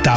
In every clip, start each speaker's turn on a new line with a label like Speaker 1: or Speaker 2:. Speaker 1: Tá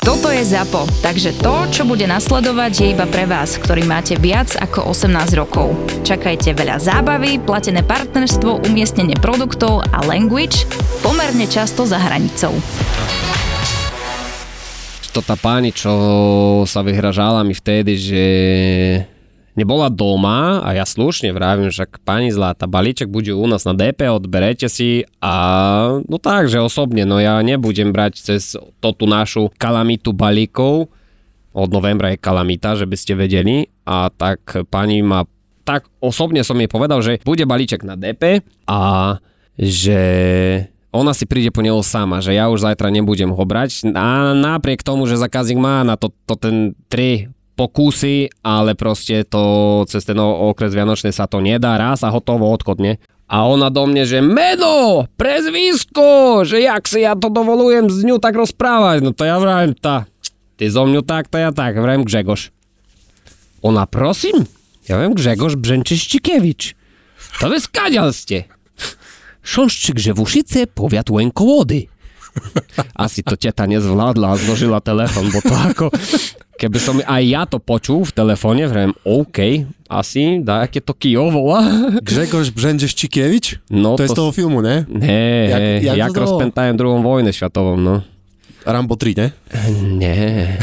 Speaker 2: Toto je ZAPO, takže to, čo bude nasledovať, je iba pre vás, ktorý máte viac ako 18 rokov. Čakajte veľa zábavy, platené partnerstvo, umiestnenie produktov a language pomerne často za hranicou.
Speaker 3: to tá páni, čo sa vyhražala mi vtedy, že nebola doma a ja slušne vravím, že ak pani zláta, balíček bude u nás na DP, odberete si a no tak, že osobne, no ja nebudem brať cez to tú našu kalamitu balíkov, od novembra je kalamita, že by ste vedeli a tak pani ma tak osobne som jej povedal, že bude balíček na DP a že ona si príde po neho sama, že ja už zajtra nebudem ho brať a napriek tomu, že zákazník má na to, to ten tri pokusy, ale proste to cez ten o- okres Vianočný sa to nedá raz a hotovo odchodne. A ona do mne, že meno, prezvisko, že jak si ja to dovolujem s ňou tak rozprávať, no to ja vravím, tá, ty so mňou tak, to ja tak, vravím Grzegorz. Ona, prosím, ja viem Grzegorz Brzęczyszczykiewicz. To wy skadial ste. Sząszczyk Grzewuszyce, powiat Łękołody. Asi to teta nie zvládla a zložila telefon, bo to ako... Keby som aj ja to počul v telefóne, vrem, OK, asi, da, aké to Kijovo, a?
Speaker 4: Grzegorz Brzędziesz-Cikiewicz?
Speaker 3: No
Speaker 4: to, jest z
Speaker 3: to
Speaker 4: toho filmu, nie?
Speaker 3: Ne, jak,
Speaker 4: Jak- jak
Speaker 3: jak,
Speaker 4: to
Speaker 3: jak
Speaker 4: to było?
Speaker 3: rozpętałem drugą wojnę światową, no.
Speaker 4: Rambo 3, nie?
Speaker 3: Nie.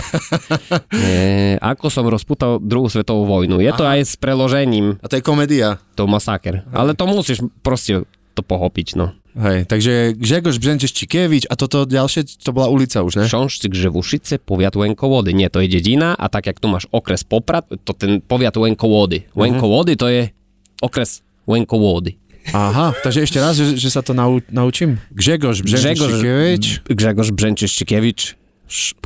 Speaker 3: nie. Ako som rozputal druhú svetovú vojnu. Je to aj s preložením,
Speaker 4: A to je komédia.
Speaker 3: to masaker. Ale to musíš proste to pochopiť, no.
Speaker 4: Hej, takže Grzegorz Brzędziesz-Cikiewicz a toto ďalšie, to bola ulica už, ne?
Speaker 3: Šonšcik, Ževušice, powiat Łękołody. Nie, to je dedina a tak jak tu masz okres Poprad, to ten powiat Łękołody. Łękołody to je okres Łękołody.
Speaker 4: Aha, takže ešte raz, že, že sa to nau, naučím. Grzegorz Brzędziesz-Cikiewicz.
Speaker 3: Grzegorz Brzęczyszczykiewicz.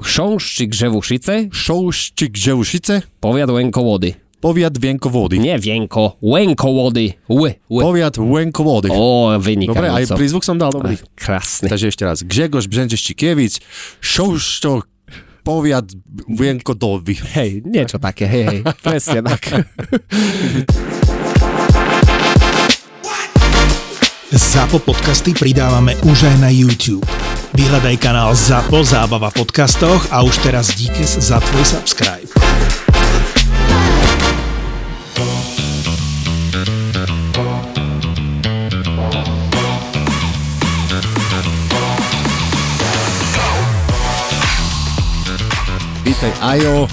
Speaker 3: Šonšcik, Ževušice,
Speaker 4: Šouščik Žeušice.
Speaker 3: powiat Łękołody.
Speaker 4: Poviat Vienkovody.
Speaker 3: Nie Wienko, Łękołody. Ły, ły.
Speaker 4: Poviat Vienkovody.
Speaker 3: O,
Speaker 4: Dobre, aj
Speaker 3: wynikająco.
Speaker 4: prízvuk som dal, dobrý.
Speaker 3: Krásny.
Speaker 4: Takže ešte raz. Grzegorz Brzędziesz-Cikiewicz. Šouščok Poviat Vienkodovi.
Speaker 3: Hej, niečo také, hej, hej, presne tak.
Speaker 1: ZAPO podcasty pridávame už aj na YouTube. Vyhľadaj kanál ZAPO Zábava v podcastoch a už teraz díkes za tvoj subscribe.
Speaker 4: Vítaj, Ajo.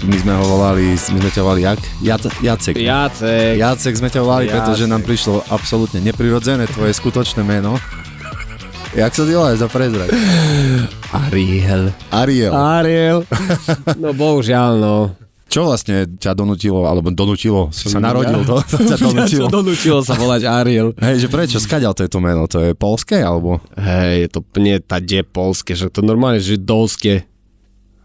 Speaker 4: My sme ho volali, my sme ťa volali jak? Jac- Jacek.
Speaker 3: Jacek,
Speaker 4: Jacek sme ťa volali, pretože
Speaker 3: Jacek.
Speaker 4: nám prišlo absolútne neprirodzené tvoje skutočné meno. Jak sa ty voláš za prezrak?
Speaker 3: Ariel.
Speaker 4: Ariel.
Speaker 3: Ariel. No bohužiaľ, no.
Speaker 4: Čo vlastne ťa donutilo, alebo donutilo, si sa narodil, to, to ťa donutilo.
Speaker 3: Čo donútilo sa volať Ariel?
Speaker 4: Hej, že prečo, skaďal to je to meno? To je polské, alebo
Speaker 3: Hej, to nie tade polské, že to normálne židovské.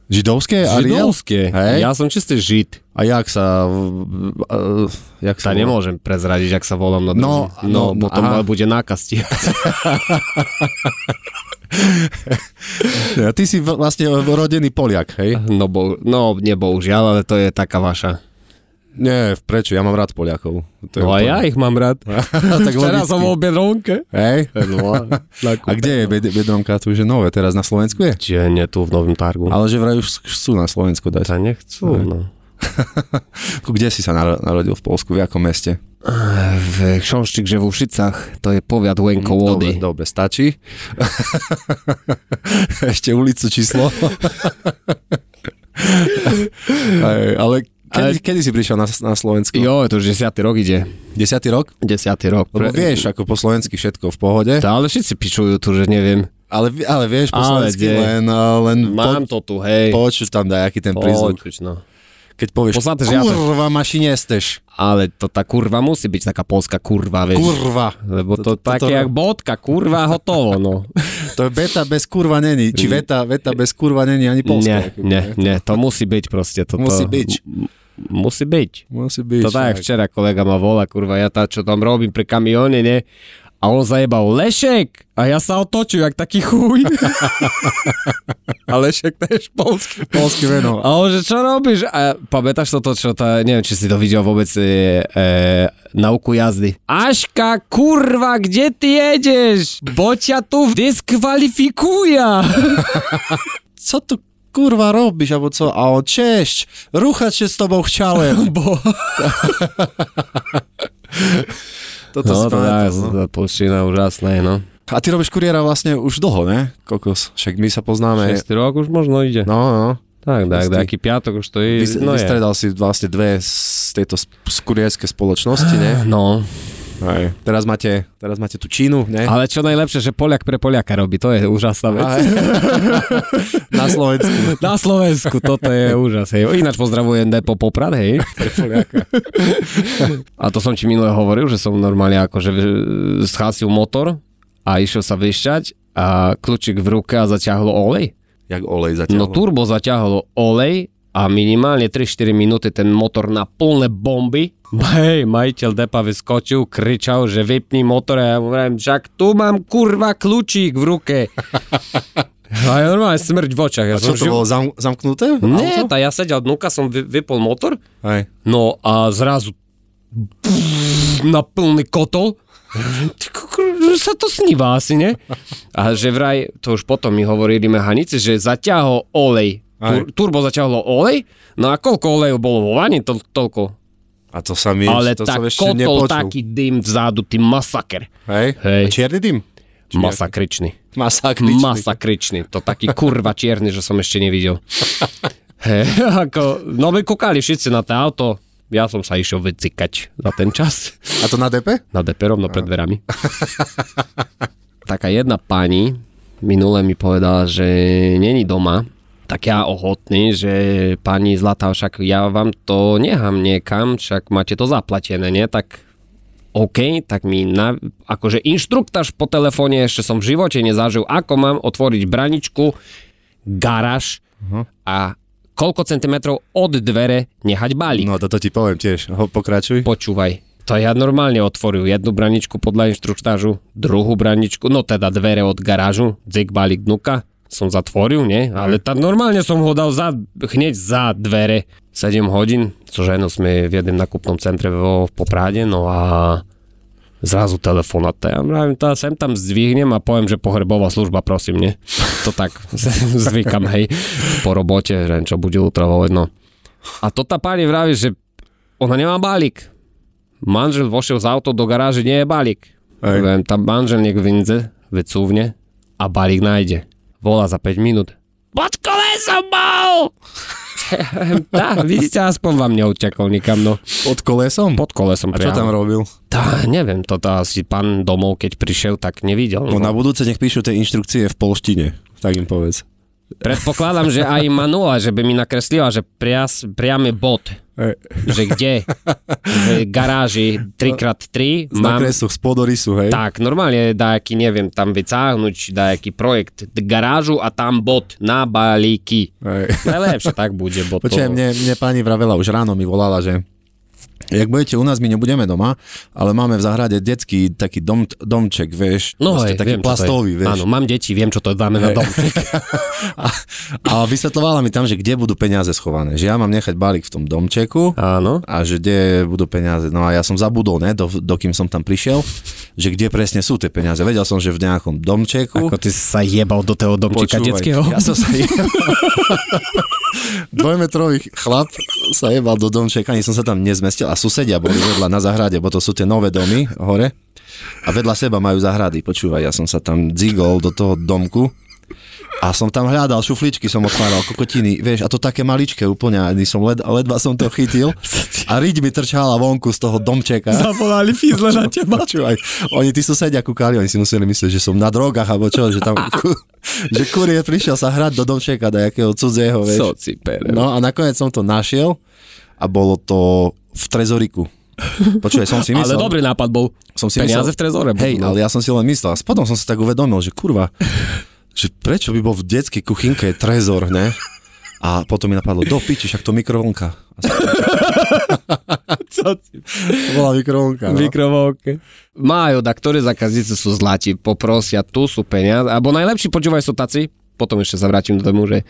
Speaker 4: židovské? Ariel?
Speaker 3: Židovské.
Speaker 4: Hej.
Speaker 3: Ja som čistý žid.
Speaker 4: A jak sa... Uh, jak
Speaker 3: Sa
Speaker 4: sa
Speaker 3: nemôžem prezradiť, ak sa volám na
Speaker 4: No,
Speaker 3: druhý. no,
Speaker 4: no,
Speaker 3: potom
Speaker 4: aha.
Speaker 3: bude nákaz ti.
Speaker 4: volá? Ty si v- vlastne rodený Poliak, hej?
Speaker 3: No, bo, no, nie bohužiaľ, ale to je taká vaša.
Speaker 4: Nie, prečo, ja mám rád Poliakov. To je
Speaker 3: No a
Speaker 4: úplne-
Speaker 3: ja ich mám rád.
Speaker 4: tak logicky.
Speaker 3: Bedronke.
Speaker 4: Hej?
Speaker 3: No,
Speaker 4: A kde je Bed- Bedronka? To už je nové, teraz na Slovensku je?
Speaker 3: Čiže nie tu v Novom Targu.
Speaker 4: Ale že vraj už sú na Slovensku dať.
Speaker 3: Ta nechcú, no.
Speaker 4: Kde si sa naro- narodil v Polsku, v akom meste?
Speaker 3: W Książczyk Żewuszicach to je powiat Łękołody.
Speaker 4: Hm, Dobre, dobre, stačí. Ešte ulicu číslo. Aj, ale kedy, kedy si prišiel na, na Slovensku?
Speaker 3: Jo, to už desiatý rok ide.
Speaker 4: Desiatý rok?
Speaker 3: Desiatý rok.
Speaker 4: Lebo vieš, ako po slovensky všetko v pohode,
Speaker 3: Tá, ale všetci pičujú tu, že neviem.
Speaker 4: ale, vi- ale vieš po
Speaker 3: Ale
Speaker 4: slovensky
Speaker 3: kde?
Speaker 4: len, a, len
Speaker 3: Mám to tu, hej.
Speaker 4: po, počuť tam dajaký ten prízvuk.
Speaker 3: Počuť, no.
Speaker 4: Keď povieš,
Speaker 3: Posláte, že ja to-
Speaker 4: kurva mašinesteš,
Speaker 3: Ale to tá kurva musí byť taká polská kurva, vieš.
Speaker 4: kurva.
Speaker 3: Lebo to,
Speaker 4: To- to-
Speaker 3: také
Speaker 4: to-
Speaker 3: jak bodka, kurva, hotovo, no.
Speaker 4: To je beta bez kurva není. Či veta, veta bez kurva není ani
Speaker 3: Mm.
Speaker 4: polské.
Speaker 3: Nie,
Speaker 4: ako by,
Speaker 3: nie, nie, to musí byť proste. Toto,
Speaker 4: Musí byť.
Speaker 3: M- musí byť.
Speaker 4: Musí byť.
Speaker 3: To tak, jak včera kolega ma volá, kurva, ja tá, čo tam robím pri kamióne, ne? A on zajebal Lešek a ja sa otočil, jak taký chuj. a Lešek tiež polský.
Speaker 4: Polský veno.
Speaker 3: A on, že čo robíš? A no pamätáš toto, čo tá, neviem, či si to videl vôbec, e, e, nauku jazdy. Aška, kurva, kde ty jedeš? Bo ťa tu diskvalifikuja.
Speaker 4: co tu kurwa robisz, albo co? A o, cześć, ruchać się z tobą chciałem.
Speaker 3: Bo...
Speaker 4: To to
Speaker 3: No,
Speaker 4: no,
Speaker 3: to je polština úžasné, no.
Speaker 4: A ty vlastne robisz kuriera właśnie już długo, nie? Kokos, jak my się poznamy.
Speaker 3: Šestý rok už možno ide.
Speaker 4: No, no.
Speaker 3: Tak, tak,
Speaker 4: Istý.
Speaker 3: taký piatok už to je.
Speaker 4: Vy, no vystredal si vlastne dve z tejto sp- z kurierskej spoločnosti, ne?
Speaker 3: No,
Speaker 4: Aj. Teraz máte, teraz máte tú Čínu, ne?
Speaker 3: ale čo najlepšie, že Poliak pre Poliaka robí, to je úžasná vec.
Speaker 4: Aj. Na Slovensku.
Speaker 3: Na Slovensku, toto je úžas, hej. Ináč pozdravujem Depo Poprad, hej. A to som ti minule hovoril, že som normálne ako, že e, schásil motor a išiel sa vyšťať a kľúčik v ruke a zaťahlo olej.
Speaker 4: Jak olej
Speaker 3: No
Speaker 4: zatiaľ.
Speaker 3: turbo zaťahlo olej a minimálne 3-4 minúty ten motor na plné bomby. Hej, majiteľ depa vyskočil, kričal, že vypni motor a ja mu hovorím, však tu mám kurva kľúčík v ruke. A je normálne smrť v očach. Ja
Speaker 4: A čo
Speaker 3: som
Speaker 4: to
Speaker 3: živ-
Speaker 4: bolo zam, zamknuté?
Speaker 3: Nie, tá
Speaker 4: Auto?
Speaker 3: ja sedel dnuka, som vy, vypol motor,
Speaker 4: Aj.
Speaker 3: no a zrazu na plný kotol. Ty kokr- sa to sníva asi, ne? A že vraj, to už potom mi hovorili mechanici, že zaťahol olej. Tur, turbo zaťahlo olej, no a koľko oleju bolo vo vani, to, toľko.
Speaker 4: A to sa mi,
Speaker 3: Ale
Speaker 4: to
Speaker 3: tak
Speaker 4: som ešte
Speaker 3: kotol,
Speaker 4: nepočul.
Speaker 3: taký dym vzadu, ty masaker.
Speaker 4: Hej?
Speaker 3: Hej.
Speaker 4: A Čierny dym?
Speaker 3: Masakričný.
Speaker 4: Masakričný.
Speaker 3: Masakričný. tak To taký kurva čierny, že som ešte nevidel. He, ako, no my kúkali všetci na to auto. Ja som sa išiel vycikať za ten čas.
Speaker 4: A to na DP?
Speaker 3: Na DP rovno no pred dverami. Taká jedna pani minule mi povedala, že není doma. Tak ja ochotný, že pani Zlatá, však ja vám to nehám niekam, však máte to zaplatené, nie? Tak OK, tak mi na, akože inštruktáž po telefóne ešte som v živote nezažil, ako mám otvoriť braničku, garáž a koľko centimetrov od dvere nehať balík.
Speaker 4: No, toto ti poviem tiež. Ho, pokračuj.
Speaker 3: Počúvaj, to ja normálne otvoril jednu braničku podľa inštruktážu, druhú braničku, no teda dvere od garážu, dzik balík dnuka, som zatvoril, nie? Ale tá, normálne som ho dal za, hneď za dvere. 7 hodín, so ženou sme v jednom nakupnom centre vo v Poprade, no a zrazu telefón a tá, ja mravím, tá sem tam zdvihnem a poviem, že pohrebová služba, prosím, nie? To tak zvykam, hej, po robote, že čo bude utravovať, no. A to tá pani vraví, že ona nemá balík. Manžel vošiel z auto do garáže, nie je balík.
Speaker 4: Aj.
Speaker 3: Viem, tam manžel nech vyndze, vycúvne a balík nájde. Volá za 5 minút. Pod kolesom mal! Tá, vidíte, aspoň vám neutekol nikam, no.
Speaker 4: Pod kolesom?
Speaker 3: Pod kolesom
Speaker 4: A čo tam robil?
Speaker 3: Tá, neviem, toto asi pán domov, keď prišiel, tak nevidel.
Speaker 4: No
Speaker 3: No.
Speaker 4: na budúce nech píšu tie inštrukcie v polštine. Tak im povedz.
Speaker 3: Predpokladám, že aj manuál, že by mi nakreslila, že prias, priamy bod, že kde, v garáži 3x3
Speaker 4: Z
Speaker 3: mám
Speaker 4: nakresu, z podorysu, hej?
Speaker 3: Tak, normálne dajaký, neviem, tam vycáhnuť dajaký projekt d- garážu a tam bod na balíky.
Speaker 4: Hej.
Speaker 3: Najlepšie tak bude, bo to...
Speaker 4: Počujem, mne, mne pani Vravela už ráno mi volala, že jak budete u nás, my nebudeme doma, ale máme v záhrade detský taký dom, domček, vieš,
Speaker 3: No
Speaker 4: proste
Speaker 3: hej,
Speaker 4: taký
Speaker 3: viem, čo to no, je.
Speaker 4: plastový, vieš.
Speaker 3: Áno, mám deti, viem, čo to dáme na dom.
Speaker 4: A, a vysvetlovala mi tam, že kde budú peniaze schované, že ja mám nechať balík v tom domčeku
Speaker 3: Áno.
Speaker 4: a že kde budú peniaze. No a ja som zabudol, ne, do, dokým som tam prišiel, že kde presne sú tie peniaze. Vedel som, že v nejakom domčeku.
Speaker 3: Ako ty si sa jebal do toho domčeka
Speaker 4: Počúvaj,
Speaker 3: detského.
Speaker 4: Ja som sa jebal. Dvojmetrový chlap sa jebal do domčeka, ani som sa tam nezmestil a susedia boli vedľa na zahrade, bo to sú tie nové domy hore a vedľa seba majú zahrady. Počúvaj, ja som sa tam dzigol do toho domku a som tam hľadal, šufličky som otváral, kokotiny, vieš, a to také maličké úplne, ani som led, ledva som to chytil a riť mi trčala vonku z toho domčeka.
Speaker 3: Zavolali fízle na
Speaker 4: Počúvaj, oni tí susedia kúkali, oni si museli myslieť, že som na drogách, alebo čo, že tam, ku, že kurie prišiel sa hrať do domčeka do jakého cudzieho, vieš.
Speaker 3: Soci, pere.
Speaker 4: No a nakoniec som to našiel a bolo to v trezoriku. Počúvaj, som si
Speaker 3: Ale
Speaker 4: myslel...
Speaker 3: dobrý nápad bol.
Speaker 4: som si
Speaker 3: Peniaze
Speaker 4: myslel,
Speaker 3: v trezore.
Speaker 4: Hej,
Speaker 3: budú.
Speaker 4: ale ja som si len myslel. A potom som si tak uvedomil, že kurva, že prečo by bol v detskej kuchynke trezor, ne? A potom mi napadlo, do piči, však to mikrovlnka. A som-
Speaker 3: Co si?
Speaker 4: To bola mikrovlnka. No.
Speaker 3: Mikrovlnke. Majú, da ktoré zákazníci sú zlatí, poprosia, tu sú peniaze, alebo najlepší počúvaj sú taci, potom ešte sa vrátim do tomu, že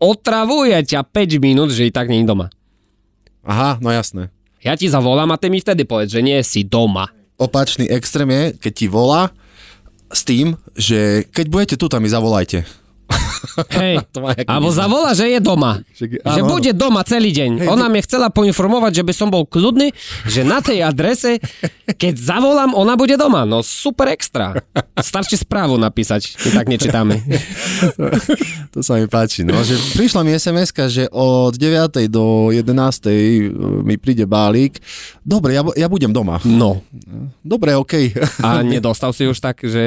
Speaker 3: otravuje ťa 5 minút, že i tak nie je doma.
Speaker 4: Aha, no jasné.
Speaker 3: Ja ti zavolám a ty mi vtedy povedz, že nie si doma.
Speaker 4: Opačný extrém je, keď ti volá s tým, že keď budete tu, tam mi zavolajte.
Speaker 3: Hej,
Speaker 4: To má jaký
Speaker 3: alebo
Speaker 4: význam.
Speaker 3: zavolá, že je doma.
Speaker 4: Však-
Speaker 3: Že
Speaker 4: áno, áno.
Speaker 3: bude doma celý deň.
Speaker 4: Hej,
Speaker 3: Ona
Speaker 4: ty-
Speaker 3: mi chcela poinformovať, že by som bol kľudný, že na tej adrese, keď zavolám, ona bude doma. No super extra. Stačí správu napísať, my tak nečítame.
Speaker 4: To sa mi páči. No, že prišla mi sms že od 9. do 11. mi príde balík. Dobre, ja, bu- ja budem doma.
Speaker 3: No.
Speaker 4: Dobre, okej.
Speaker 3: A nedostal si už tak, že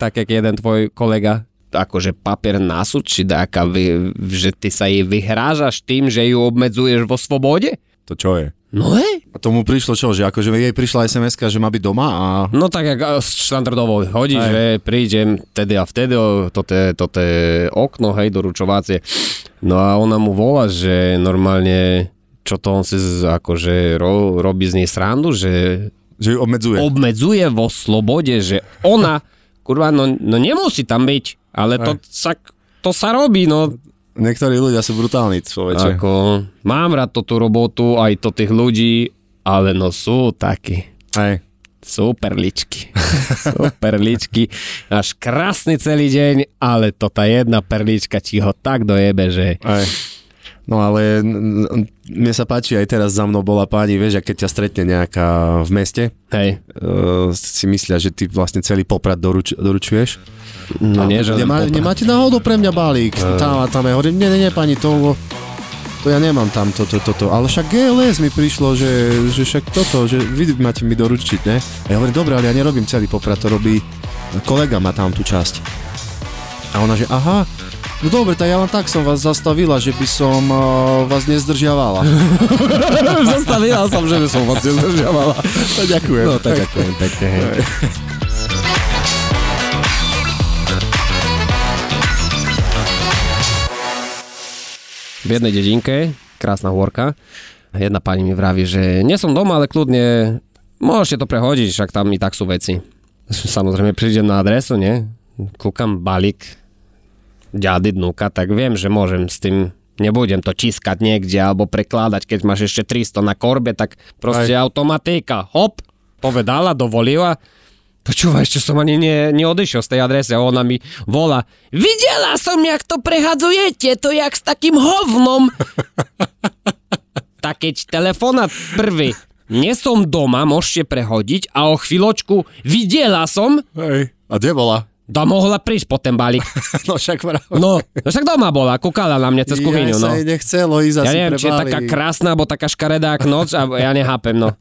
Speaker 3: tak, jak jeden tvoj kolega akože papier na súd, či dáka, vy- že ty sa jej vyhrážaš tým, že ju obmedzuješ vo svobode?
Speaker 4: To čo je?
Speaker 3: No hej.
Speaker 4: A tomu prišlo čo, že akože jej prišla sms že má byť doma a...
Speaker 3: No tak jak eh, štandardovo hodíš,
Speaker 4: Aj.
Speaker 3: že prídem tedy a vtedy, o, toto je- toto je okno, hej, doručovacie. No a ona mu volá, že normálne, čo to on si z- akože ro, robí z nej srandu, že
Speaker 4: Že ju obmedzuje.
Speaker 3: obmedzuje vo slobode, že ona, kurva, no, no nemusí tam byť, ale to sa, to sa robí, no.
Speaker 4: Niektorí ľudia sú brutálni, človeče.
Speaker 3: Ako, mám rád to tú robotu, aj to tých ľudí, ale no sú takí.
Speaker 4: Aj.
Speaker 3: Sú perličky. Sú perličky. Až krásny celý deň, ale to tá jedna perlička ti ho tak dojebe, že...
Speaker 4: Aj. No ale n- n- mne sa páči, aj teraz za mnou bola pani, vieš, a keď ťa stretne nejaká v meste,
Speaker 3: Hej,
Speaker 4: uh, si myslia, že ty vlastne celý poprad doruč, doručuješ.
Speaker 3: no nie, že...
Speaker 4: Nemá, nemáte náhodou pre mňa balík? Uh. Tam a tam ja hovorím, nie, nie, nie, pani, to, to ja nemám tam toto, toto. Ale však GLS mi prišlo, že, že však toto, že vy máte mi doručiť, ne? A ja hovorím, dobre, ale ja nerobím celý poprad, to robí kolega má tam tú časť. A ona, že aha, No dobre, tak ja len tak som vás zastavila, že by som uh, vás nezdržiavala.
Speaker 3: Zastavila som, že by som vás nezdržiavala.
Speaker 4: No, ďakujem. No, tak ďakujem.
Speaker 3: Pekne, hej. V jednej dedinke, krásna hôrka, jedna pani mi vraví, že nie som doma, ale kľudne môžete to prehodiť, však tam i tak sú veci. Samozrejme prídem na adresu, nie? Kúkam balík ďady dnuka, tak viem, že môžem s tým nebudem to čískať niekde alebo prekladať, keď máš ešte 300 na korbe, tak proste Aj. automatika, hop, povedala, dovolila. Počúvaj, ešte som ani ne, neodešiel z tej adresy a ona mi volá, videla som, jak to prehadzujete, to jak s takým hovnom. tak keď telefonát prvý, nie som doma, môžete prehodiť a o chvíľočku videla som,
Speaker 4: Hej. A kde bola?
Speaker 3: da mohla prísť po ten balík.
Speaker 4: No však práve.
Speaker 3: No, no však doma bola, kúkala na mňa cez kuchyňu,
Speaker 4: ja
Speaker 3: no.
Speaker 4: sa jej nechcelo ísť
Speaker 3: Ja
Speaker 4: asi
Speaker 3: neviem,
Speaker 4: pre
Speaker 3: či je taká
Speaker 4: balík.
Speaker 3: krásna, alebo taká škaredá jak noc, a ja nehápem, no.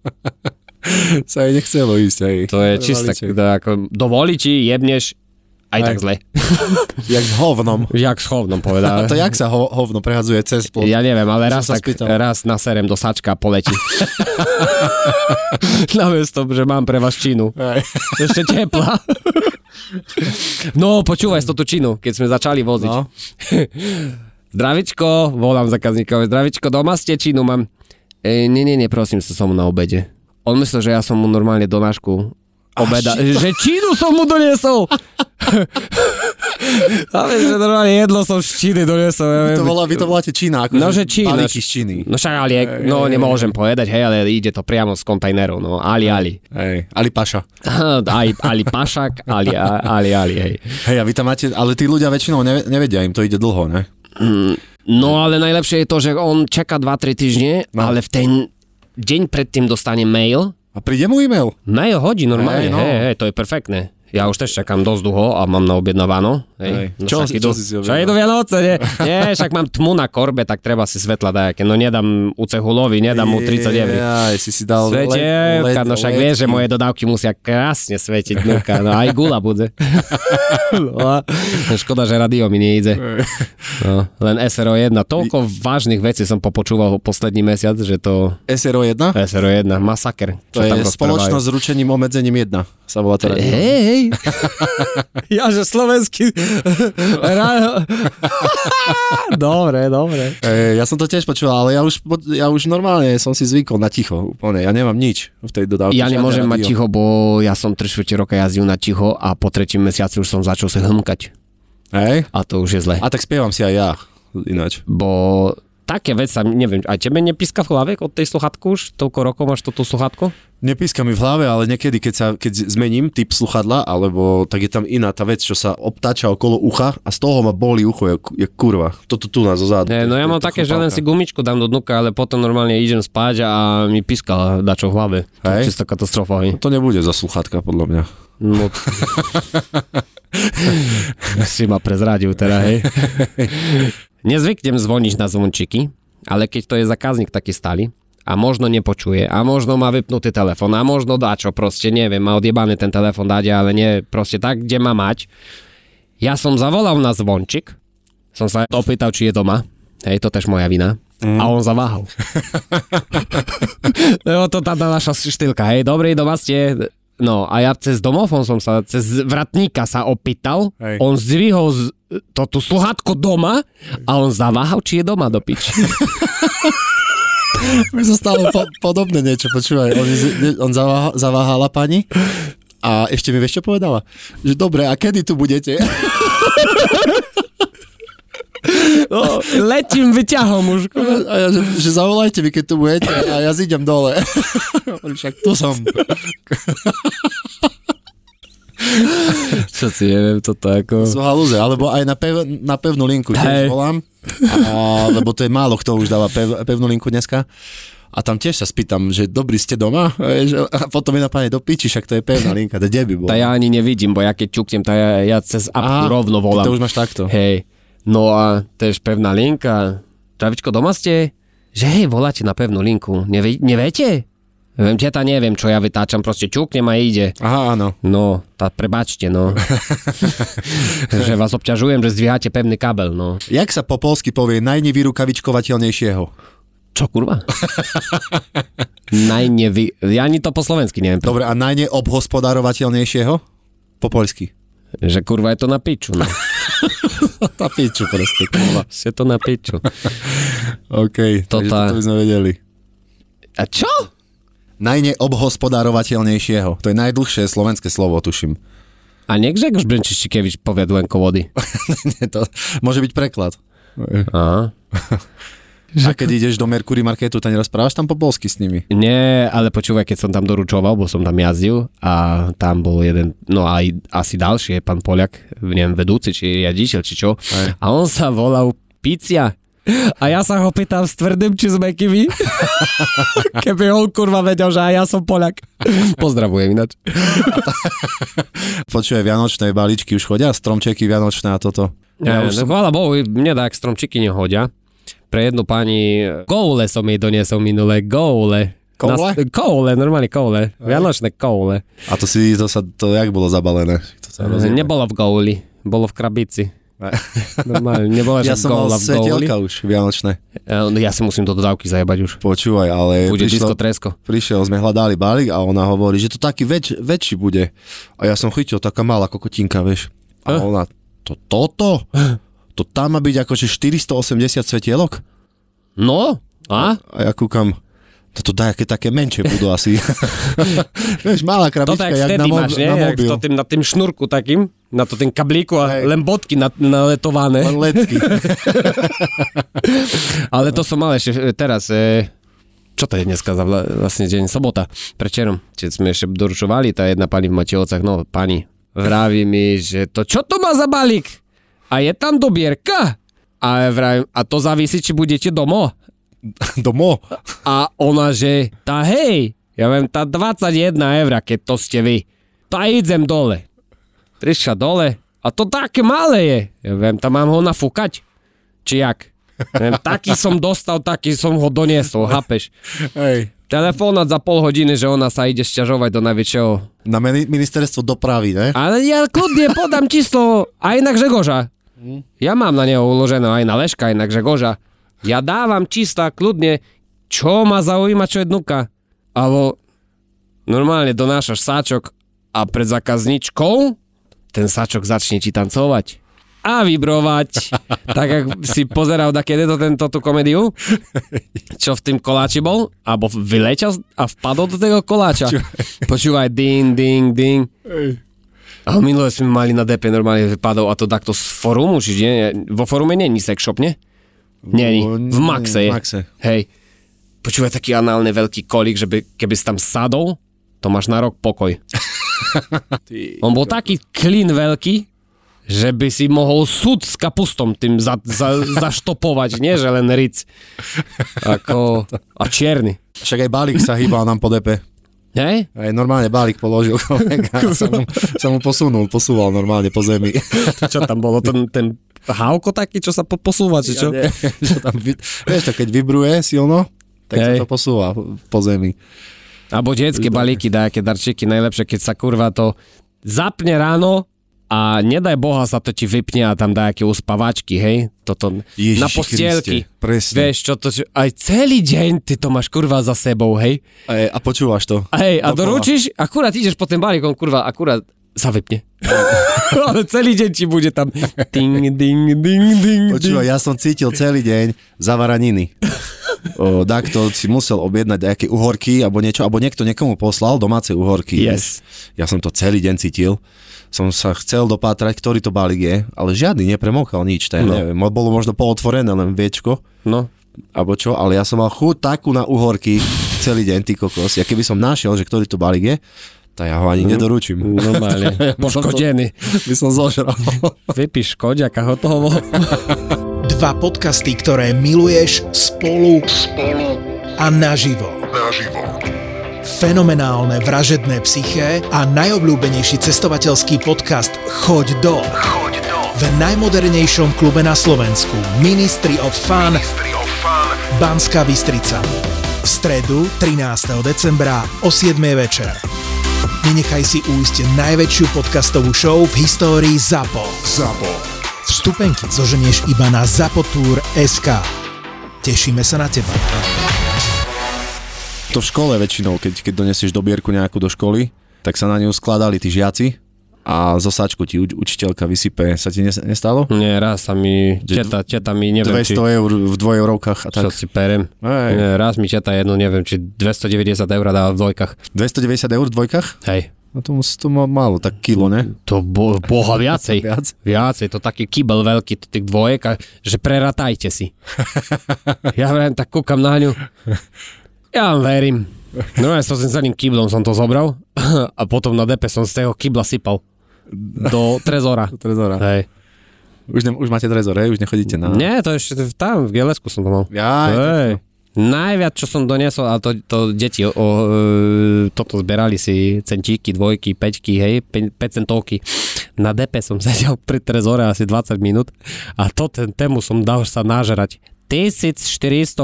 Speaker 4: sa jej nechcelo ísť aj.
Speaker 3: To je čistá, teda ako dovolí ti, jebneš, aj, tak zle.
Speaker 4: Jak s hovnom.
Speaker 3: jak s hovnom
Speaker 4: A
Speaker 3: povedal.
Speaker 4: to jak sa ho, hovno prehadzuje cez plot?
Speaker 3: Ja neviem, ale
Speaker 4: Som
Speaker 3: raz,
Speaker 4: sa
Speaker 3: tak,
Speaker 4: spýtal.
Speaker 3: raz naserem do sačka a poletí. Namiesto, že mám pre vás činu.
Speaker 4: Aj.
Speaker 3: Ešte teplá. No, počúvaj z tú činu, keď sme začali voziť.
Speaker 4: No.
Speaker 3: Zdravičko, volám zakazníkovi. Zdravičko, doma ste činu mám. E, nie, nie, nie, prosím, som mu na obede. On myslel, že ja som mu normálne donášku obeda, že činu som mu doniesol. Ale že normálne jedlo som z Číny doniesol. Ja
Speaker 4: Vy
Speaker 3: viem,
Speaker 4: to volá, vy to voláte Čína, ako
Speaker 3: No, že Čína.
Speaker 4: balíky z Číny.
Speaker 3: No však ali, no nemôžem povedať, hej, ale ide to priamo z kontajneru, no ali, ali.
Speaker 4: Hej, Ali Paša.
Speaker 3: Aj, ali pašak, ali, a- ali, ali, hej.
Speaker 4: Hej, a vy tam máte, ale tí ľudia väčšinou neve- nevedia, im to ide dlho, ne?
Speaker 3: No ale najlepšie je to, že on čaká 2-3 týždne,
Speaker 4: No.
Speaker 3: ale v ten deň predtým dostane mail.
Speaker 4: A príde mu e-mail.
Speaker 3: Mail hodí normálne, hej,
Speaker 4: Hej, no.
Speaker 3: hej, to je perfektné. Ja už tiež čakám dosť dlho a mám na objednáváno. Hej. No,
Speaker 4: Hej. Čo
Speaker 3: však
Speaker 4: si-
Speaker 3: idú,
Speaker 4: čo si si
Speaker 3: však
Speaker 4: objednal?
Speaker 3: idú Vianoce, nie? nie? však mám tmu na korbe, tak treba si svetla dajaké. No nedám u cehulovi, nedám mu 30 eur.
Speaker 4: Aj, si si dal...
Speaker 3: Svetievka,
Speaker 4: led-
Speaker 3: no však
Speaker 4: led-
Speaker 3: vieš, že moje dodávky musia krásne svetiť, nuka, no aj gula bude. No a škoda, že radio mi nejde. No, len SRO1, toľko vážnych vecí som popočúval posledný mesiac, že to
Speaker 4: SRO1?
Speaker 3: SRO1, masaker. čo
Speaker 4: To je
Speaker 3: tam rozprávajú.
Speaker 4: spoločnosť s ručením obmedzením 1, sa volá teda.
Speaker 3: Hej, hej,
Speaker 4: hej.
Speaker 5: Ja, že slovenský... Ra- dobre, dobre.
Speaker 4: E, ja som to tiež počúval, ale ja už, po- ja už normálne som si zvykol na ticho úplne. Ja nemám nič v tej dodávke.
Speaker 3: Ja
Speaker 4: žiadne
Speaker 3: nemôžem
Speaker 4: rádio.
Speaker 3: mať ticho, bo ja som 3 čtvrte roka jazdil na ticho a po treťom mesiaci už som začal sa hmkať.
Speaker 4: Hej?
Speaker 3: A to už je zle.
Speaker 4: A tak spievam si aj ja ináč.
Speaker 3: Bo také vec sa, neviem, aj tebe nepíska v hlave od tej sluchatku už? Toľko rokov máš toto sluchatko?
Speaker 4: Nepíska mi v hlave, ale niekedy, keď, sa, keď zmením typ sluchadla, alebo tak je tam iná tá vec, čo sa obtáča okolo ucha a z toho ma boli ucho, je, je kurva. Toto tu na zo zádu.
Speaker 3: Ne, no ja mám také, že len si gumičku dám do dnuka, ale potom normálne idem spať a mi píska dačo v hlave. To je
Speaker 4: Hej.
Speaker 3: čistá katastrofa. hej.
Speaker 4: To nebude za sluchatka, podľa mňa.
Speaker 3: No, si ma prezradil teda, hej. Nezvyknem zvoniť na zvončiky, ale keď to je zákazník taký stály a možno nepočuje a možno má vypnutý telefon a možno dačo, proste neviem, má odjebaný ten telefon dať, ale nie, proste tak, kde má mať. Ja som zavolal na zvončik, som sa opýtal, či je doma, hej, to tež moja vina. A on
Speaker 4: Mm.
Speaker 3: zaváhal. No to tá, tá naša štýlka, hej, dobrý, doma ste. No a ja cez domofón som sa, cez vratníka sa opýtal, hej.
Speaker 4: Hej.
Speaker 3: on zdvihol z, to tú sluhátko doma a on zaváhal, či je doma do piči.
Speaker 4: Mi sa stalo po, podobné niečo, počúvaj. On, z- on zaváha, zaváhala pani a ešte mi vieš, čo povedala? Že dobre, a kedy tu budete?
Speaker 3: No, letím vyťahom už.
Speaker 4: A ja, že, že zavolajte mi, keď tu budete a ja zídem dole. Hovorím, No, Však tu som.
Speaker 3: Čo si neviem, to ako...
Speaker 4: Sú halúze, alebo aj na, pev, na pevnú linku
Speaker 3: Hej.
Speaker 4: tiež volám, a, lebo to je málo kto už dáva pev, pevnú linku dneska. A tam tiež sa spýtam, že dobrý ste doma? A, je, že, a potom je na pane do piči, však to je pevná linka, to kde by bolo?
Speaker 3: Tá ja ani nevidím, bo ja keď čuknem, tá ja, ja cez
Speaker 4: Aha,
Speaker 3: apku rovno
Speaker 4: ty
Speaker 3: volám.
Speaker 4: To už máš takto.
Speaker 3: Hej, no a tiež pevná linka. Čavičko, doma ste? Že hej, voláte na pevnú linku. Nevi- neviete? Viem, teta, neviem, čo ja vytáčam, proste čuknem a ide.
Speaker 4: Aha, áno.
Speaker 3: No, tá, prebačte, no. že vás obťažujem, že zdvíhate pevný kabel, no.
Speaker 4: Jak sa po polsky povie najnevyrukavičkovateľnejšieho?
Speaker 3: Čo, kurva? Najnevy... Ja ani to po slovensky neviem.
Speaker 4: Dobre, a najneobhospodarovateľnejšieho? Po polsky.
Speaker 3: Že kurva je to na piču, no.
Speaker 4: Tá piču proste, kurva.
Speaker 3: Je to na piču.
Speaker 4: OK,
Speaker 3: To
Speaker 4: takže
Speaker 3: tá-
Speaker 4: toto by sme vedeli.
Speaker 3: A čo?
Speaker 4: Najneobhospodarovateľnejšieho. To je najdlhšie slovenské slovo, tuším.
Speaker 3: A niekže už Brenčiščikevič povie dlenko vody.
Speaker 4: Nie, to môže byť preklad.
Speaker 3: Aha.
Speaker 4: A keď ideš do Mercury Marketu, tam nerozprávaš tam po polsky s nimi.
Speaker 3: Nie, ale počúvaj, keď som tam doručoval, bo som tam jazdil a tam bol jeden, no aj asi ďalší, pán Poliak, neviem, vedúci, či riaditeľ, či čo. Aj. A on sa volal Picia. A ja sa ho pýtam s tvrdým, či s mekými. Keby on kurva vedel, že aj ja som Poliak. Pozdravujem ináč.
Speaker 4: Počuje vianočné balíčky už chodia, stromčeky vianočné a toto.
Speaker 3: Ja, už som... Chvála Bohu, mne tak stromčiky nehodia. Pre jednu pani, eh, koule som jej doniesol minule, koule.
Speaker 4: Koule?
Speaker 3: Na- Koule, normálne koule. Vianočné koule.
Speaker 4: A to si, to sa, to jak bolo zabalené? To sa rozjebe.
Speaker 3: Nebolo v gouli, bolo v krabici. Normálne, nebola ja
Speaker 4: Ja som mal
Speaker 3: goula v gouli.
Speaker 4: svetelka už vianočné.
Speaker 3: E, no Ja si musím do dodávky zajebať už.
Speaker 4: Počúvaj, ale
Speaker 3: Bude disko
Speaker 4: prišlo,
Speaker 3: tresko.
Speaker 4: prišiel, sme hľadali balík a ona hovorí, že to taký väč, väčší bude. A ja som chytil taká malá kokotinka, vieš.
Speaker 3: Eh.
Speaker 4: A ona, to toto? To tam má byť akože 480 svetielok?
Speaker 3: No, a?
Speaker 4: A ja kúkam, toto dajaké také menšie budú asi. Vieš, malá
Speaker 3: Toto jak
Speaker 4: krabička, jak
Speaker 3: vtedy
Speaker 4: na, mob,
Speaker 3: máš, nie?
Speaker 4: na
Speaker 3: Jak
Speaker 4: mobil.
Speaker 3: to tým, na tým šnurku takým, na to tým kablíku a
Speaker 4: Hej.
Speaker 3: len bodky na- naletované.
Speaker 4: Len letky.
Speaker 3: Ale to som mal ešte e, teraz, e, čo to je dneska za vla- vlastne deň? Sobota, prečerom, keď sme ešte doručovali, tá jedna pani v Matejovcach, no pani, vraví mi, že to čo to má za balík? A je tam dobierka? A ja vravím, a to závisí, či budete domo.
Speaker 4: Domo.
Speaker 3: A ona, že tá hej, ja viem, tá 21 eur, keď to ste vy. Tá idem dole. Prišla dole. A to také malé je. Ja viem, tam mám ho nafúkať. Či jak? Viem, taký som dostal, taký som ho doniesol, hápeš.
Speaker 4: Hej.
Speaker 3: Telefonát za pol hodiny, že ona sa ide sťažovať do najväčšieho.
Speaker 4: Na meni- ministerstvo dopravy, ne?
Speaker 3: Ale ja kľudne podám číslo aj na Grzegorza. Ja mám na neho uložené aj na Leška, aj na Grzegorza. Ja dávam čísla kľudne, čo ma zaujíma, čo je dnuka. Alebo normálne donášaš sáčok a pred zákazničkou ten sačok začne ti tancovať a vybrovať. Tak ak si pozeral na kedy to tento tú komédiu, čo v tým koláči bol, alebo vylečal a vpadol do toho koláča. Počúvaj, ding, ding, ding. A minule sme mali na DP normálne vypadol a to takto z forumu, či nie? Vo forume nie je sex shop, nie? Nie, nie. v Maxe je.
Speaker 4: V Maxe.
Speaker 3: Hej. Počúvaj taký análne veľký kolík, že by, keby si tam sadol, to máš na rok pokoj. On bol taký klin veľký, že by si mohol súd s kapustom tým za, za, zaštopovať, nie že len ric. Ako, a čierny.
Speaker 4: Však aj balík sa hýbal nám po depe.
Speaker 3: Hej?
Speaker 4: Aj normálne balík položil kolega a sa mu, sa mu posunul, posúval normálne po zemi.
Speaker 3: Čo tam bolo? Ten, ten hávko taký, čo sa po, posúva, či čo?
Speaker 4: Ja neviem, čo tam vy- Vieš to, keď vybruje silno, tak
Speaker 3: Hej.
Speaker 4: sa to posúva po zemi.
Speaker 3: Alebo detské balíky, dajaké darčeky, najlepšie, keď sa kurva to zapne ráno a nedaj boha sa to ti vypne a tam dajaké uspavačky, hej? Toto
Speaker 4: Ježiši
Speaker 3: na postielky.
Speaker 4: Kriste, presne.
Speaker 3: Vieš, čo to, čo, aj celý deň ty to máš kurva za sebou, hej?
Speaker 4: A, a počúvaš to.
Speaker 3: A hej, a
Speaker 4: Dokola.
Speaker 3: doručíš, akurát ideš po ten balíkom, kurva, akurát sa vypne. Ale celý deň ti bude tam ding, ding, ding, ding,
Speaker 4: Počúvaj,
Speaker 3: ding.
Speaker 4: ja som cítil celý deň zavaraniny. O, Dakto si musel objednať nejaké uhorky alebo niečo, alebo niekto niekomu poslal domáce uhorky.
Speaker 3: Yes.
Speaker 4: Ja som to celý deň cítil. Som sa chcel dopátrať, ktorý to balík je, ale žiadny nepremokal nič. To ja
Speaker 3: No.
Speaker 4: neviem. Bolo možno pootvorené len viečko.
Speaker 3: No,
Speaker 4: alebo čo, ale ja som mal chuť takú na uhorky celý deň, ty kokos. Ja keby som našiel, že ktorý to balík je, tak ja ho ani nedoručím.
Speaker 3: No, normálne. Poškodený.
Speaker 4: By som zožral.
Speaker 3: Vypíš koďaka, hotovo.
Speaker 1: Dva podcasty, ktoré miluješ spolu, spolu. a naživo. naživo. Fenomenálne vražedné psyché a najobľúbenejší cestovateľský podcast Choď do. Choď do. V najmodernejšom klube na Slovensku Ministry of Fun, Ministry of Fun. Banská Bystrica. V stredu 13. decembra o 7. večer. Nenechaj si újsť najväčšiu podcastovú show v histórii ZAPO. ZAPO. Vstupenky zoženieš iba na zapotur.sk. Tešíme sa na teba.
Speaker 4: To v škole väčšinou, keď, keď donesieš dobierku nejakú do školy, tak sa na ňu skladali tí žiaci a zo sačku ti uč- učiteľka vysype. Sa ti nes- nestalo?
Speaker 3: Nie, raz sa mi,
Speaker 4: Že
Speaker 3: teta, teta mi, neviem,
Speaker 4: 200
Speaker 3: či,
Speaker 4: eur v dvojeurovkách a
Speaker 3: čo
Speaker 4: tak.
Speaker 3: si perem.
Speaker 4: Hej.
Speaker 3: Nie, raz mi teta jednu, neviem, či 290 eur dala v dvojkách.
Speaker 4: 290 eur v dvojkách?
Speaker 3: Hej,
Speaker 4: No to, mus- to má málo, tak kilo, ne?
Speaker 3: to bo, boha viacej.
Speaker 4: Viac?
Speaker 3: Viacej, to taký kybel veľký to tých dvojek, a, že preratajte si. ja vrajím, tak kúkam na ňu. Ja vám verím. No ja som s celým kyblom som to zobral a potom na depe som z toho kybla sypal do trezora.
Speaker 4: Trezora.
Speaker 3: Hej.
Speaker 4: Už, ne, už máte trezor, hej? Už nechodíte na...
Speaker 3: Nie, to ešte tam v Gelesku som to mal.
Speaker 4: Ja,
Speaker 3: Hej. Najviac, čo som doniesol, a to, to deti o, o, e, toto zberali si centíky, dvojky, peťky, hej, 5 centovky. Na depe som sedel pri trezore asi 20 minút a to ten tému som dal sa nážrať. 1400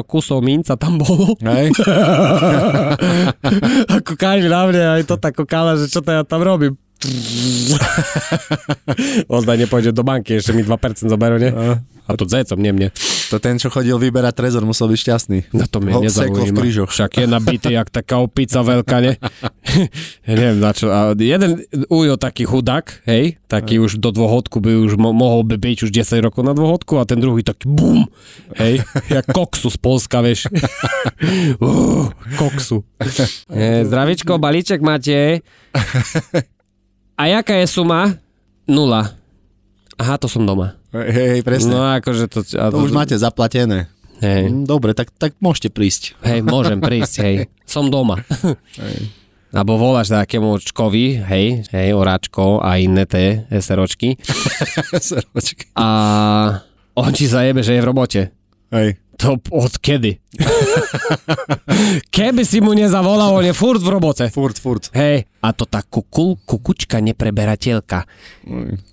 Speaker 3: kusov minca tam bolo.
Speaker 4: Hej?
Speaker 3: A kúkajú na mňa aj to tak kúkala, že čo to ja tam robím. Ozdaj nepôjde do banky, ešte mi 2% zoberú, nie?
Speaker 4: No.
Speaker 3: A to zajcom, nie mne.
Speaker 4: To ten, čo chodil vyberať trezor, musel byť šťastný.
Speaker 3: No to mňa
Speaker 4: Ho seklo v
Speaker 3: nezaujíma.
Speaker 4: krížoch.
Speaker 3: Však je nabitý jak taká opica veľká, ne? ja neviem na čo. A jeden ujo taký chudák, hej, taký už do dôchodku by už mo- mohol by byť už 10 rokov na dôchodku a ten druhý taký bum, hej, jak koksu z Polska, vieš. Uú, koksu. E, zdravičko, balíček máte. A jaká je suma? Nula. Aha, to som doma.
Speaker 4: Hej, hej, presne. No,
Speaker 3: No akože to... A
Speaker 4: to už máte zaplatené.
Speaker 3: Hej.
Speaker 4: Hm, Dobre, tak, tak môžete prísť.
Speaker 3: Hej, môžem prísť, hej. Som doma. Abo voláš takému očkovi, hej, hej, oráčko a iné tie SROčky.
Speaker 4: Počkaj.
Speaker 3: A on ti zajebe, že je v robote.
Speaker 4: hej.
Speaker 3: To od kedy? Keby si mu nezavolal, on je furt v robote.
Speaker 4: Furt, furt.
Speaker 3: Hej, a to tá kukul, kukučka nepreberateľka.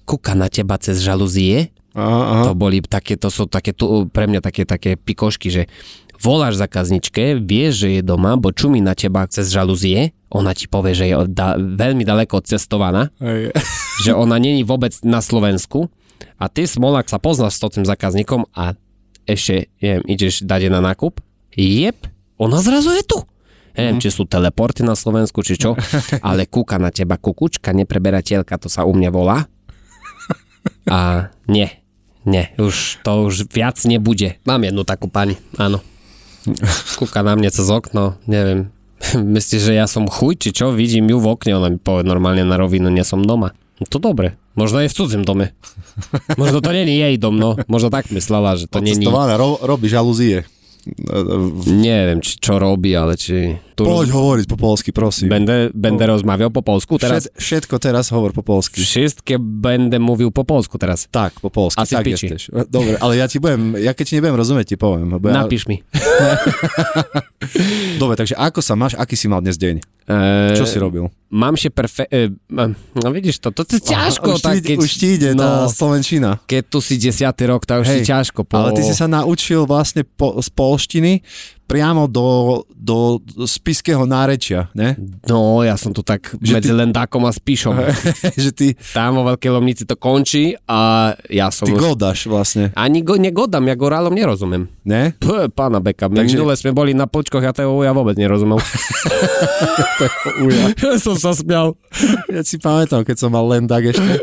Speaker 3: Kuka na teba cez žalúzie.
Speaker 4: Aha, aha.
Speaker 3: To boli také, to sú také, tu, pre mňa také, také pikošky, že voláš zakazničke, vieš, že je doma, bo čumí na teba cez žalúzie, ona ti povie, že je od- da, veľmi daleko odcestovaná,
Speaker 4: Hej.
Speaker 3: že ona není vôbec na Slovensku a ty, Smolák, sa poznáš s tým zákazníkom a ešte, neviem, ideš dať na nákup, jep, ona zrazu je tu. Neviem, či sú teleporty na Slovensku, či čo, ale kúka na teba kukučka, nepreberateľka, to sa u mňa volá. A nie, nie, už to už viac nebude. Mám jednu takú pani, áno. Kúka na mne cez okno, neviem. Myslíš, že ja som chuj, či čo? Vidím ju v okne, ona mi povie normálne na rovinu, nie som doma. No to dobre, možno je v cudzím dome. Možno to není jej dom, no. Možno tak myslela, že to není.
Speaker 4: Odcestovaná, ro, robí žalúzie.
Speaker 3: Neviem, či čo robí, ale či... Tu
Speaker 4: Poď hovoriť po polsky, prosím.
Speaker 3: będę, będę rozmawiał po polsku teraz.
Speaker 4: Všet, všetko teraz hovor po polsky.
Speaker 3: Wszystkie będę mówił po polsku teraz.
Speaker 4: Tak, po polsky,
Speaker 3: Asi
Speaker 4: tak
Speaker 3: v piči.
Speaker 4: jesteś. Dobre, ale ja ti budem, ja keď ti nebudem rozumieť, ti poviem. Lebo ja,
Speaker 3: Napiš mi.
Speaker 4: Dobre, takže ako sa máš, aký si mal dnes deň?
Speaker 3: E,
Speaker 4: Čo si robil?
Speaker 3: Mám się perfe... E, m- no vidíš to, to je ťažko.
Speaker 4: Už,
Speaker 3: tak,
Speaker 4: ti,
Speaker 3: keď,
Speaker 4: už ti ide
Speaker 3: no,
Speaker 4: tá Slovenčina.
Speaker 3: keď tu si desiatý rok, tak už si
Speaker 4: Hej,
Speaker 3: ťažko. Po...
Speaker 4: Ale ty si sa naučil vlastne po, z polštiny priamo do, do spiského nárečia, ne?
Speaker 3: No, ja som tu tak medzi lendákom a spíšom.
Speaker 4: že ty,
Speaker 3: Tam vo Veľkej Lomnici to končí a ja som...
Speaker 4: ty
Speaker 3: už-
Speaker 4: godaš vlastne,
Speaker 3: Ani go, negodám, ja gorálom nerozumiem.
Speaker 4: ne?
Speaker 3: P, pána Beka, my
Speaker 4: Takže-
Speaker 3: minule sme boli na počkoch a toho ja vôbec nerozumel. ja som sa smial.
Speaker 4: Ja si pamätám, keď som mal len tak ešte.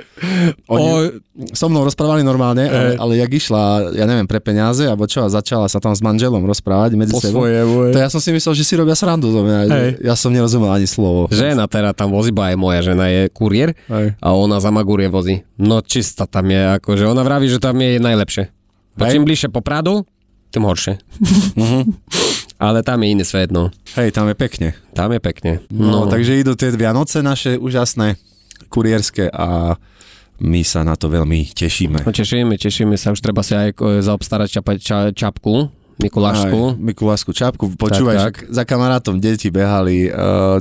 Speaker 4: Oni
Speaker 5: O,
Speaker 4: so mnou rozprávali normálne, ale, ale jak išla, ja neviem, pre peniaze, alebo čo, a začala sa tam s manželom rozprávať medzi
Speaker 5: po
Speaker 4: sebou.
Speaker 5: svoje,
Speaker 4: To
Speaker 5: vole.
Speaker 4: ja som si myslel, že si robia srandu zo mňa. že
Speaker 5: Hej.
Speaker 4: Ja som nerozumel ani slovo.
Speaker 3: Žena teda tam vozí, bo aj moja žena je kurier
Speaker 4: Hej.
Speaker 3: a ona za Magurie vozí. No čistá tam je, akože ona vraví, že tam je najlepšie. A čím bližšie po Pradu, tým horšie. Ale tam je iný svet, no.
Speaker 4: Hej, tam je pekne.
Speaker 3: Tam je pekne.
Speaker 4: No, no, takže idú tie Vianoce naše úžasné, kurierské a my sa na to veľmi tešíme.
Speaker 3: No tešíme, tešíme sa, už treba si aj e, zaobstarať čapa, ča, čapku,
Speaker 4: Aj,
Speaker 3: Mikulášku.
Speaker 4: Mikulášku čapku. Počúvaj, tak,
Speaker 3: tak.
Speaker 4: tak. za kamarátom deti behali, eh,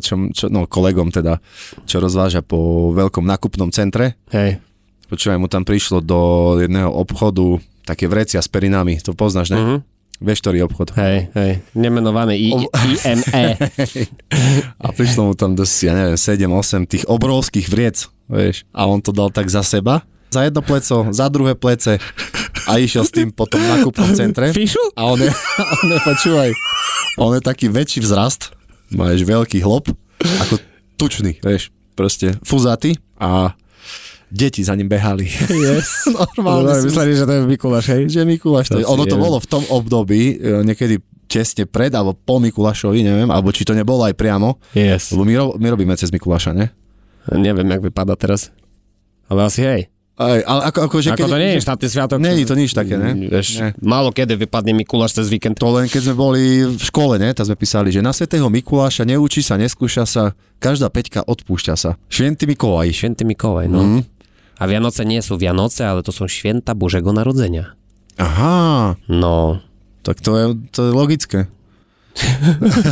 Speaker 4: čo, čo, no kolegom teda, čo rozváža po veľkom nakupnom centre.
Speaker 3: Hej.
Speaker 4: Počúvaj, mu tam prišlo do jedného obchodu také vrecia s perinami, to poznáš, ne? Mm-hmm. Vieš, ktorý obchod.
Speaker 3: Hej, hej, nemenované I, E.
Speaker 4: Ob-
Speaker 3: IME.
Speaker 4: A prišlo mu tam dosť, ja neviem, 7-8 tých obrovských vriec, vieš. A on to dal tak za seba, za jedno pleco, za druhé plece a išiel s tým potom na kupnom centre.
Speaker 3: Fišu?
Speaker 4: A on je, on je, počúvaj, on je taký väčší vzrast, máš veľký hlop, ako tučný, vieš, proste fuzaty a deti za ním behali.
Speaker 5: Yes.
Speaker 4: Normálne si
Speaker 5: Mysleli, že to je Mikuláš, hej?
Speaker 4: že Mikuláš
Speaker 3: To
Speaker 4: to,
Speaker 3: si
Speaker 4: ono to
Speaker 3: neviem.
Speaker 4: bolo v tom období, e, niekedy tesne pred alebo po Mikulášovi, neviem, alebo či to nebolo aj priamo,
Speaker 3: Yes.
Speaker 4: lebo my, ro- my robíme cez Mikuláša, ne?
Speaker 3: Neviem, jak vypadá teraz. Ale asi hej.
Speaker 4: Aj, ale ako, ako, že
Speaker 3: Ako to nie je štátny sviatok.
Speaker 4: Není to nič také, ne?
Speaker 3: Vieš,
Speaker 4: Ne.
Speaker 3: málo kedy vypadne Mikuláš cez víkend.
Speaker 4: To len keď sme boli v škole, ne, tak sme písali, že na svetého Mikuláša neučí sa, neskúša sa, každá peťka odpúšťa sa. Šventy Mikolaj.
Speaker 3: Šventy Mikołaj, no. A Vianoce nie sú Vianoce, ale to sú święta Božego Narodzenia.
Speaker 4: Aha,
Speaker 3: No.
Speaker 4: tak to je, to je logické.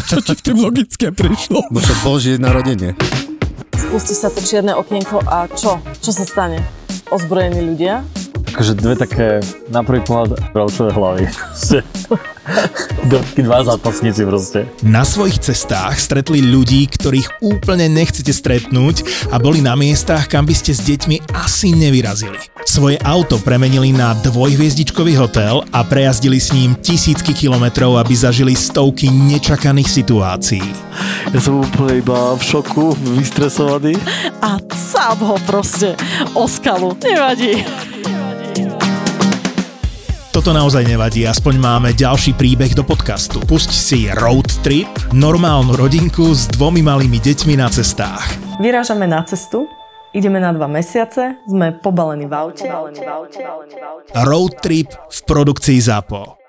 Speaker 5: Čo ti v tým logické prišlo?
Speaker 4: No však Božie narodenie.
Speaker 6: Spustí sa to čierne okienko a čo? Čo sa stane? Ozbrojení ľudia?
Speaker 7: Akože dve také, na prvý pohľad, rovčové hlavy. Proste. Dotky dva zápasníci proste.
Speaker 1: Na svojich cestách stretli ľudí, ktorých úplne nechcete stretnúť a boli na miestach, kam by ste s deťmi asi nevyrazili. Svoje auto premenili na dvojhviezdičkový hotel a prejazdili s ním tisícky kilometrov, aby zažili stovky nečakaných situácií.
Speaker 7: Ja som úplne iba v šoku, vystresovaný.
Speaker 6: A sám ho proste oskalu. Nevadí.
Speaker 1: Toto naozaj nevadí, aspoň máme ďalší príbeh do podcastu. Pusť si road trip, normálnu rodinku s dvomi malými deťmi na cestách.
Speaker 6: Vyrážame na cestu, ideme na dva mesiace, sme pobalení v aute.
Speaker 1: Road trip v produkcii ZAPO.